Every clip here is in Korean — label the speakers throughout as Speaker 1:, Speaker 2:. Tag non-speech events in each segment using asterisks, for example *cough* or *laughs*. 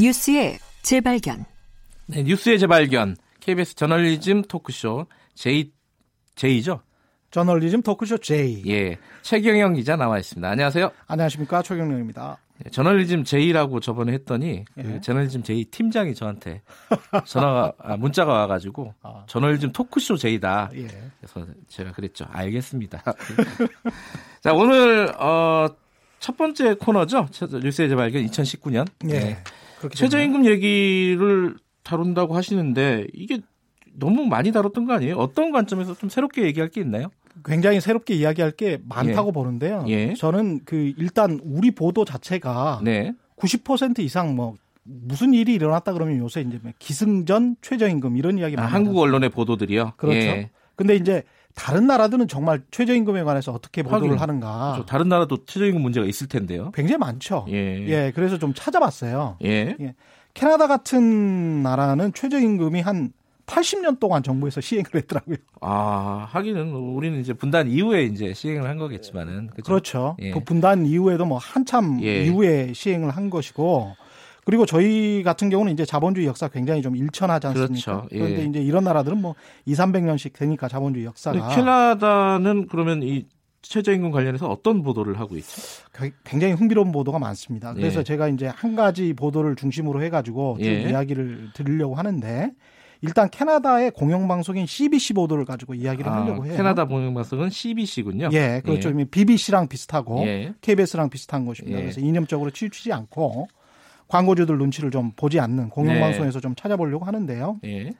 Speaker 1: 뉴스의 재발견.
Speaker 2: 네, 뉴스의 재발견 KBS 저널리즘 토크쇼 제이 제이죠?
Speaker 3: 저널리즘 토크쇼 J.
Speaker 2: 예, 최경영 기자 나와 있습니다. 안녕하세요.
Speaker 3: 안녕하십니까 최경령입니다.
Speaker 2: 예, 저널리즘 제이라고 저번에 했더니 그
Speaker 3: 예.
Speaker 2: 저널리즘 제이 팀장이 저한테 전화가 아, 문자가 와가지고
Speaker 3: *laughs* 아.
Speaker 2: 저널리즘 토크쇼 제이다.
Speaker 3: 예.
Speaker 2: 그래서 제가 그랬죠.
Speaker 3: *laughs*
Speaker 2: 알겠습니다. 자 오늘 어, 첫 번째 코너죠. 첫- 뉴스의 재발견 2019년.
Speaker 3: 예.
Speaker 2: 네.
Speaker 3: 그렇게
Speaker 2: 최저임금 얘기를 다룬다고 하시는데 이게 너무 많이 다뤘던 거 아니에요? 어떤 관점에서 좀 새롭게 얘기할 게 있나요?
Speaker 3: 되네요. 굉장히 새롭게 이야기할 게 많다고 보는데요.
Speaker 2: 예.
Speaker 3: 저는 그 일단 우리 보도 자체가
Speaker 2: 네.
Speaker 3: 90% 이상 뭐 무슨 일이 일어났다 그러면 요새 이제 뭐 기승전 최저임금 이런 이야기
Speaker 2: 아,
Speaker 3: 많이
Speaker 2: 한국
Speaker 3: 하잖아요.
Speaker 2: 언론의 보도들이요.
Speaker 3: 그렇죠.
Speaker 2: 예.
Speaker 3: 근데 이제 다른 나라들은 정말 최저임금에 관해서 어떻게 보도를
Speaker 2: 하긴.
Speaker 3: 하는가
Speaker 2: 저 다른 나라도 최저임금 문제가 있을 텐데요.
Speaker 3: 굉장히 많죠.
Speaker 2: 예.
Speaker 3: 아. 예. 그래서 좀 찾아봤어요.
Speaker 2: 예.
Speaker 3: 캐나다 같은 나라는 최저임금이 한 80년 동안 정부에서 시행을 했더라고요.
Speaker 2: 아, 하기는 우리는 이제 분단 이후에 이제 시행을 한 거겠지만은. 그죠?
Speaker 3: 그렇죠.
Speaker 2: 예.
Speaker 3: 그 분단 이후에도 뭐 한참
Speaker 2: 예.
Speaker 3: 이후에 시행을 한 것이고 그리고 저희 같은 경우는 이제 자본주의 역사 굉장히 좀 일천하지 않습니까?
Speaker 2: 그렇죠. 예.
Speaker 3: 런데 이제 이런 나라들은 뭐 2, 300년씩 되니까 자본주의
Speaker 2: 근데
Speaker 3: 역사가
Speaker 2: 캐나다는 그러면 이 최저임금 관련해서 어떤 보도를 하고 있죠?
Speaker 3: 굉장히 흥미로운 보도가 많습니다. 그래서
Speaker 2: 예.
Speaker 3: 제가 이제 한 가지 보도를 중심으로 해 가지고 좀
Speaker 2: 예.
Speaker 3: 이야기를 드리려고 하는데 일단 캐나다의 공영방송인 CBC 보도를 가지고 이야기를
Speaker 2: 아,
Speaker 3: 하려고 해요.
Speaker 2: 캐나다 방송은 CBC군요.
Speaker 3: 예, 뭐? 그렇죠. 이미 BBC랑 비슷하고
Speaker 2: 예.
Speaker 3: KBS랑 비슷한 것입니다.
Speaker 2: 예.
Speaker 3: 그래서 이념적으로 치우치지 않고 광고주들 눈치를 좀 보지 않는
Speaker 2: 네.
Speaker 3: 공영방송에서 좀 찾아보려고 하는데요.
Speaker 2: 예.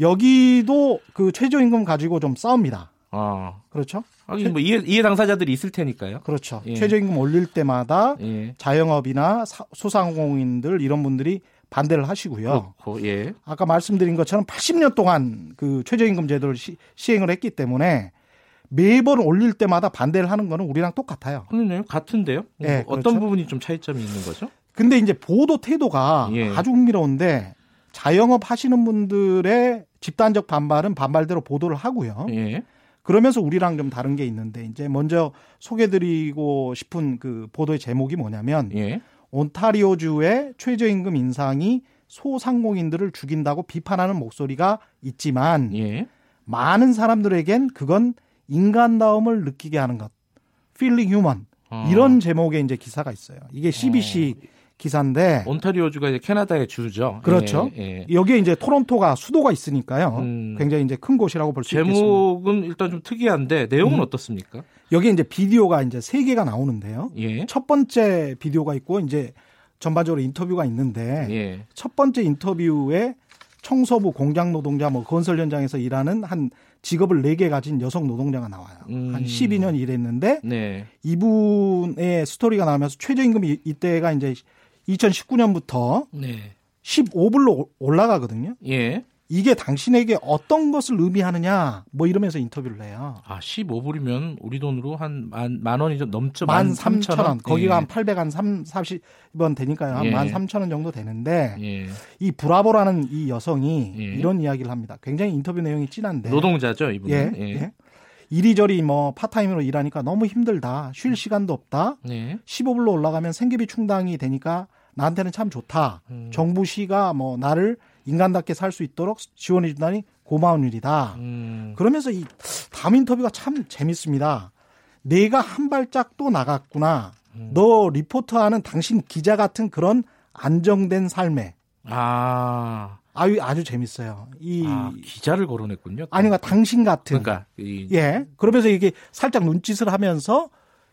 Speaker 3: 여기도 그 최저임금 가지고 좀 싸웁니다.
Speaker 2: 아,
Speaker 3: 그렇죠?
Speaker 2: 하긴 뭐 이해, 이해 당사자들이 있을 테니까요.
Speaker 3: 그렇죠.
Speaker 2: 예.
Speaker 3: 최저임금 올릴 때마다
Speaker 2: 예.
Speaker 3: 자영업이나 사- 소상공인들 이런 분들이 반대를 하시고요.
Speaker 2: 그렇고, 예.
Speaker 3: 아까 말씀드린 것처럼 80년 동안 그 최저임금 제도를 시, 시행을 했기 때문에 매번 올릴 때마다 반대를 하는 거는 우리랑 똑같아요.
Speaker 2: 그러네요. 같은데요. 뭐
Speaker 3: 예,
Speaker 2: 어떤
Speaker 3: 그렇죠.
Speaker 2: 부분이 좀 차이점이 있는 거죠?
Speaker 3: 근데 이제 보도 태도가
Speaker 2: 예.
Speaker 3: 아주 흥미로운데 자영업 하시는 분들의 집단적 반발은 반발대로 보도를 하고요.
Speaker 2: 예.
Speaker 3: 그러면서 우리랑 좀 다른 게 있는데 이제 먼저 소개드리고 싶은 그 보도의 제목이 뭐냐면
Speaker 2: 예.
Speaker 3: 온타리오주의 최저임금 인상이 소상공인들을 죽인다고 비판하는 목소리가 있지만
Speaker 2: 예.
Speaker 3: 많은 사람들에겐 그건 인간다움을 느끼게 하는 것, feeling human
Speaker 2: 어.
Speaker 3: 이런 제목의 이제 기사가 있어요.
Speaker 2: 예.
Speaker 3: 이게 CBC 기사인데
Speaker 2: 온타리오주가 이제 캐나다의 주죠.
Speaker 3: 그렇죠.
Speaker 2: 예, 예.
Speaker 3: 여기에 이제 토론토가 수도가 있으니까요.
Speaker 2: 음.
Speaker 3: 굉장히 이제 큰 곳이라고 볼 수 음. 있겠습니다.
Speaker 2: 제목은 일단 좀 특이한데 내용은 어떻습니까?
Speaker 3: 여기에 이제 비디오가 이제 세 개가 나오는데요.
Speaker 2: 예.
Speaker 3: 첫 번째 비디오가 있고 이제 전반적으로 인터뷰가 있는데
Speaker 2: 예.
Speaker 3: 첫 번째 인터뷰에 청소부 공장 노동자 뭐 건설 현장에서 일하는 한 직업을 네 개 가진 여성 노동자가 나와요.
Speaker 2: 음.
Speaker 3: 한 12년 일했는데
Speaker 2: 네.
Speaker 3: 이분의 스토리가 나오면서 최저임금이 이때가 이제 2019년부터
Speaker 2: 네.
Speaker 3: 15불로 올라가거든요.
Speaker 2: 예.
Speaker 3: 이게 당신에게 어떤 것을 의미하느냐 뭐 이러면서 인터뷰를 해요.
Speaker 2: 아, 15불이면 우리 돈으로 한 만 만 원이 좀 넘죠.
Speaker 3: 만
Speaker 2: 만
Speaker 3: 삼천 원 거기가
Speaker 2: 예.
Speaker 3: 한 800, 한 3, 40원 되니까요.
Speaker 2: 예.
Speaker 3: 한만 삼천 원 정도 되는데
Speaker 2: 예.
Speaker 3: 이 브라보라는 이 여성이
Speaker 2: 예.
Speaker 3: 이런 이야기를 합니다. 굉장히 인터뷰 내용이 진한데
Speaker 2: 노동자죠,
Speaker 3: 네. 예,
Speaker 2: 이분은.
Speaker 3: 예. 이리저리 뭐 파타임으로 일하니까 너무 힘들다.
Speaker 2: 음.
Speaker 3: 쉴 시간도 없다.
Speaker 2: 네.
Speaker 3: 15불로 올라가면 생계비 충당이 되니까 나한테는 참 좋다.
Speaker 2: 음.
Speaker 3: 정부 시가 뭐 나를 인간답게 살 수 있도록 지원해 준다니 고마운 일이다.
Speaker 2: 음.
Speaker 3: 그러면서 이 다음 인터뷰가 참 재밌습니다. 내가 한 발짝 또 나갔구나.
Speaker 2: 음.
Speaker 3: 너 리포터하는 당신 기자 같은 그런 안정된 삶에
Speaker 2: 아.
Speaker 3: 아유 아주 재밌어요. 이
Speaker 2: 아, 기자를 거론했군요.
Speaker 3: 아니 그러니까 당신 같은
Speaker 2: 그러니까 이,
Speaker 3: 예. 그러면서 이게 살짝 눈짓을 하면서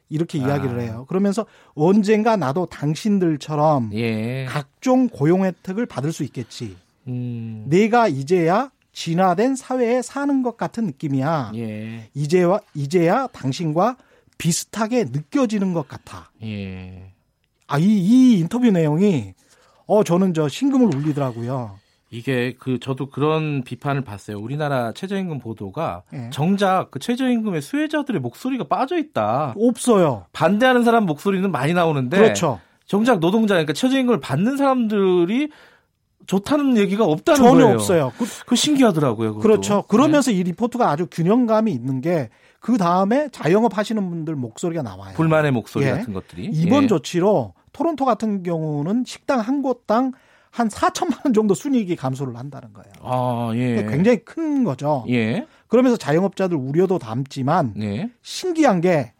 Speaker 3: 이렇게
Speaker 2: 아.
Speaker 3: 이야기를 해요. 그러면서 언젠가 나도 당신들처럼
Speaker 2: 예.
Speaker 3: 각종 고용 혜택을 받을 수 있겠지.
Speaker 2: 음.
Speaker 3: 내가 이제야 진화된 사회에 사는 것 같은 느낌이야.
Speaker 2: 예.
Speaker 3: 이제와 이제야 당신과 비슷하게 느껴지는 것 같아.
Speaker 2: 예.
Speaker 3: 아, 이, 이 인터뷰 내용이 어 저는 저 신금을 울리더라고요.
Speaker 2: 이게 그 저도 그런 비판을 봤어요. 우리나라 최저임금 보도가
Speaker 3: 예.
Speaker 2: 정작 그 최저임금의 수혜자들의 목소리가 빠져 있다.
Speaker 3: 없어요.
Speaker 2: 반대하는 사람 목소리는 많이 나오는데
Speaker 3: 그렇죠.
Speaker 2: 정작 노동자 그러니까 최저임금을 받는 사람들이 좋다는 얘기가 없다는
Speaker 3: 전혀
Speaker 2: 거예요.
Speaker 3: 없어요. 그,
Speaker 2: 그 신기하더라고요. 그것도.
Speaker 3: 렇죠
Speaker 2: 네.
Speaker 3: 그러면서 이 리포트가 아주 균형감이 있는 게 그 다음에 자영업 하시는 분들 목소리가 나와요.
Speaker 2: 불만의 목소리
Speaker 3: 예.
Speaker 2: 같은 것들이
Speaker 3: 이번
Speaker 2: 예.
Speaker 3: 조치로 토론토 같은 경우는 식당 한 곳당 한 4천만 원 정도 순이익이 감소를 한다는 거예요.
Speaker 2: 아 예.
Speaker 3: 그러니까 굉장히 큰 거죠.
Speaker 2: 예.
Speaker 3: 그러면서 자영업자들 우려도 담지만
Speaker 2: 네.
Speaker 3: 신기한 게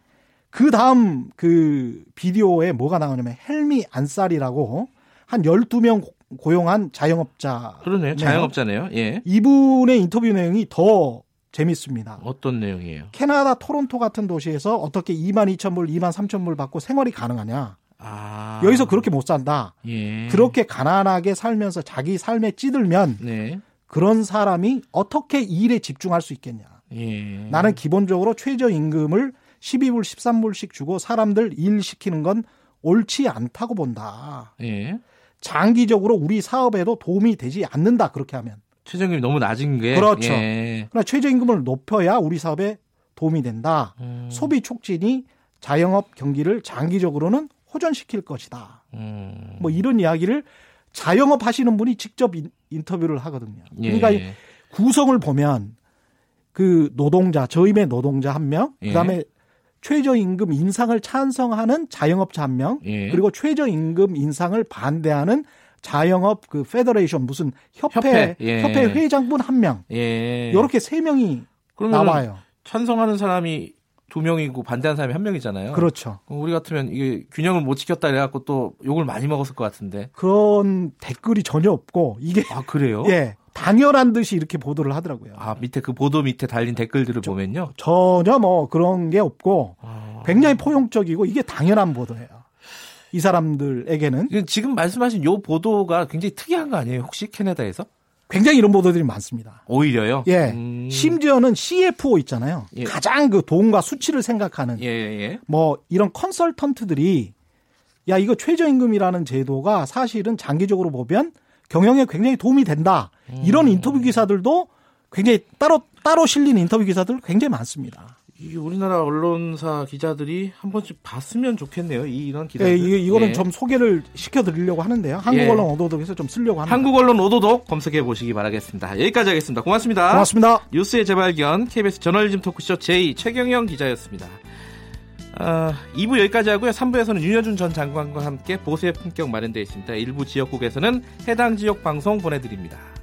Speaker 3: 그 다음 그 비디오에 뭐가 나오냐면 헬미 안살이라고 한 12명 고- 고용한 자영업자
Speaker 2: 그러네요. 자영업자네요. 예.
Speaker 3: 이분의 인터뷰 내용이 더 재밌습니다.
Speaker 2: 어떤 내용이에요?
Speaker 3: 캐나다 토론토 같은 도시에서 어떻게 2만 2천 불, 2만 3천 불 받고 생활이 가능하냐.
Speaker 2: 아.
Speaker 3: 여기서 그렇게 못 산다.
Speaker 2: 예.
Speaker 3: 그렇게 가난하게 살면서 자기 삶에 찌들면
Speaker 2: 네.
Speaker 3: 그런 사람이 어떻게 일에 집중할 수 있겠냐.
Speaker 2: 예.
Speaker 3: 나는 기본적으로 최저임금을 12불, 13불씩 주고 사람들 일 시키는 건 옳지 않다고 본다.
Speaker 2: 예.
Speaker 3: 장기적으로 우리 사업에도 도움이 되지 않는다. 그렇게 하면.
Speaker 2: 최저임금이 너무 낮은 게
Speaker 3: 그렇죠.
Speaker 2: 예.
Speaker 3: 그러나 최저임금을 높여야 우리 사업에 도움이 된다.
Speaker 2: 음,
Speaker 3: 소비 촉진이 자영업 경기를 장기적으로는 호전시킬 것이다.
Speaker 2: 음.
Speaker 3: 뭐 이런 이야기를 자영업 하시는 분이 직접 인, 인터뷰를 하거든요.
Speaker 2: 예.
Speaker 3: 그러니까 이 구성을 보면 그 노동자, 저임의 노동자 한 명,
Speaker 2: 예.
Speaker 3: 그다음에 최저임금 인상을 찬성하는 자영업자 한 명,
Speaker 2: 예.
Speaker 3: 그리고 최저임금 인상을 반대하는 자영업 그 페더레이션 무슨 협회
Speaker 2: 협회,
Speaker 3: 협회,
Speaker 2: 예.
Speaker 3: 회장분 한 명,
Speaker 2: 예.
Speaker 3: 이렇게 세 명이
Speaker 2: 그러면은
Speaker 3: 나와요.
Speaker 2: 찬성하는 사람이 두 명이고 반대하는 사람이 한 명이잖아요.
Speaker 3: 그렇죠.
Speaker 2: 그럼 우리 같으면 이게 균형을 못 지켰다 이래갖고 또 욕을 많이 먹었을 것 같은데.
Speaker 3: 그런 댓글이 전혀 없고 이게
Speaker 2: 아 그래요?
Speaker 3: *laughs* 예 당연한 듯이 이렇게 보도를 하더라고요.
Speaker 2: 아 밑에 그 보도 밑에 달린 댓글들을 보면요.
Speaker 3: 전혀 뭐 그런 게 없고
Speaker 2: 아.
Speaker 3: 굉장히 포용적이고 이게 당연한 보도예요. 이 사람들에게는
Speaker 2: 이게 지금 말씀하신 요 보도가 굉장히 특이한 거 아니에요? 혹시 캐나다에서?
Speaker 3: 굉장히 이런 보도들이 많습니다.
Speaker 2: 오히려요.
Speaker 3: 예
Speaker 2: 음.
Speaker 3: 심지어는 CFO 있잖아요.
Speaker 2: 예.
Speaker 3: 가장 그 돈과 수치를 생각하는
Speaker 2: 예, 예.
Speaker 3: 뭐 이런 컨설턴트들이 야 이거 최저임금이라는 제도가 사실은 장기적으로 보면 경영에 굉장히 도움이 된다 이런
Speaker 2: 음.
Speaker 3: 인터뷰 기사들도 굉장히 따로 따로 실린 인터뷰 기사들 굉장히 많습니다.
Speaker 2: 이게 우리나라 언론사 기자들이 한 번씩 봤으면 좋겠네요. 이 이런
Speaker 3: 예,
Speaker 2: 기사들.
Speaker 3: 이, 이거는
Speaker 2: 예.
Speaker 3: 좀 소개를 시켜드리려고 하는데요. 한국
Speaker 2: 예.
Speaker 3: 언론 어도독에서 좀 쓰려고 합니다.
Speaker 2: 한국 언론 오도독 검색해 보시기 바라겠습니다. 여기까지 하겠습니다. 고맙습니다.
Speaker 3: 고맙습니다.
Speaker 2: 뉴스의 재발견 KBS 저널리즘 토크쇼 제2 최경영 기자였습니다. 아, 2부 여기까지 하고요. 3부에서는 윤여준 전 장관과 함께 보수의 품격 마련되어 있습니다. 일부 지역국에서는 해당 지역 방송 보내드립니다.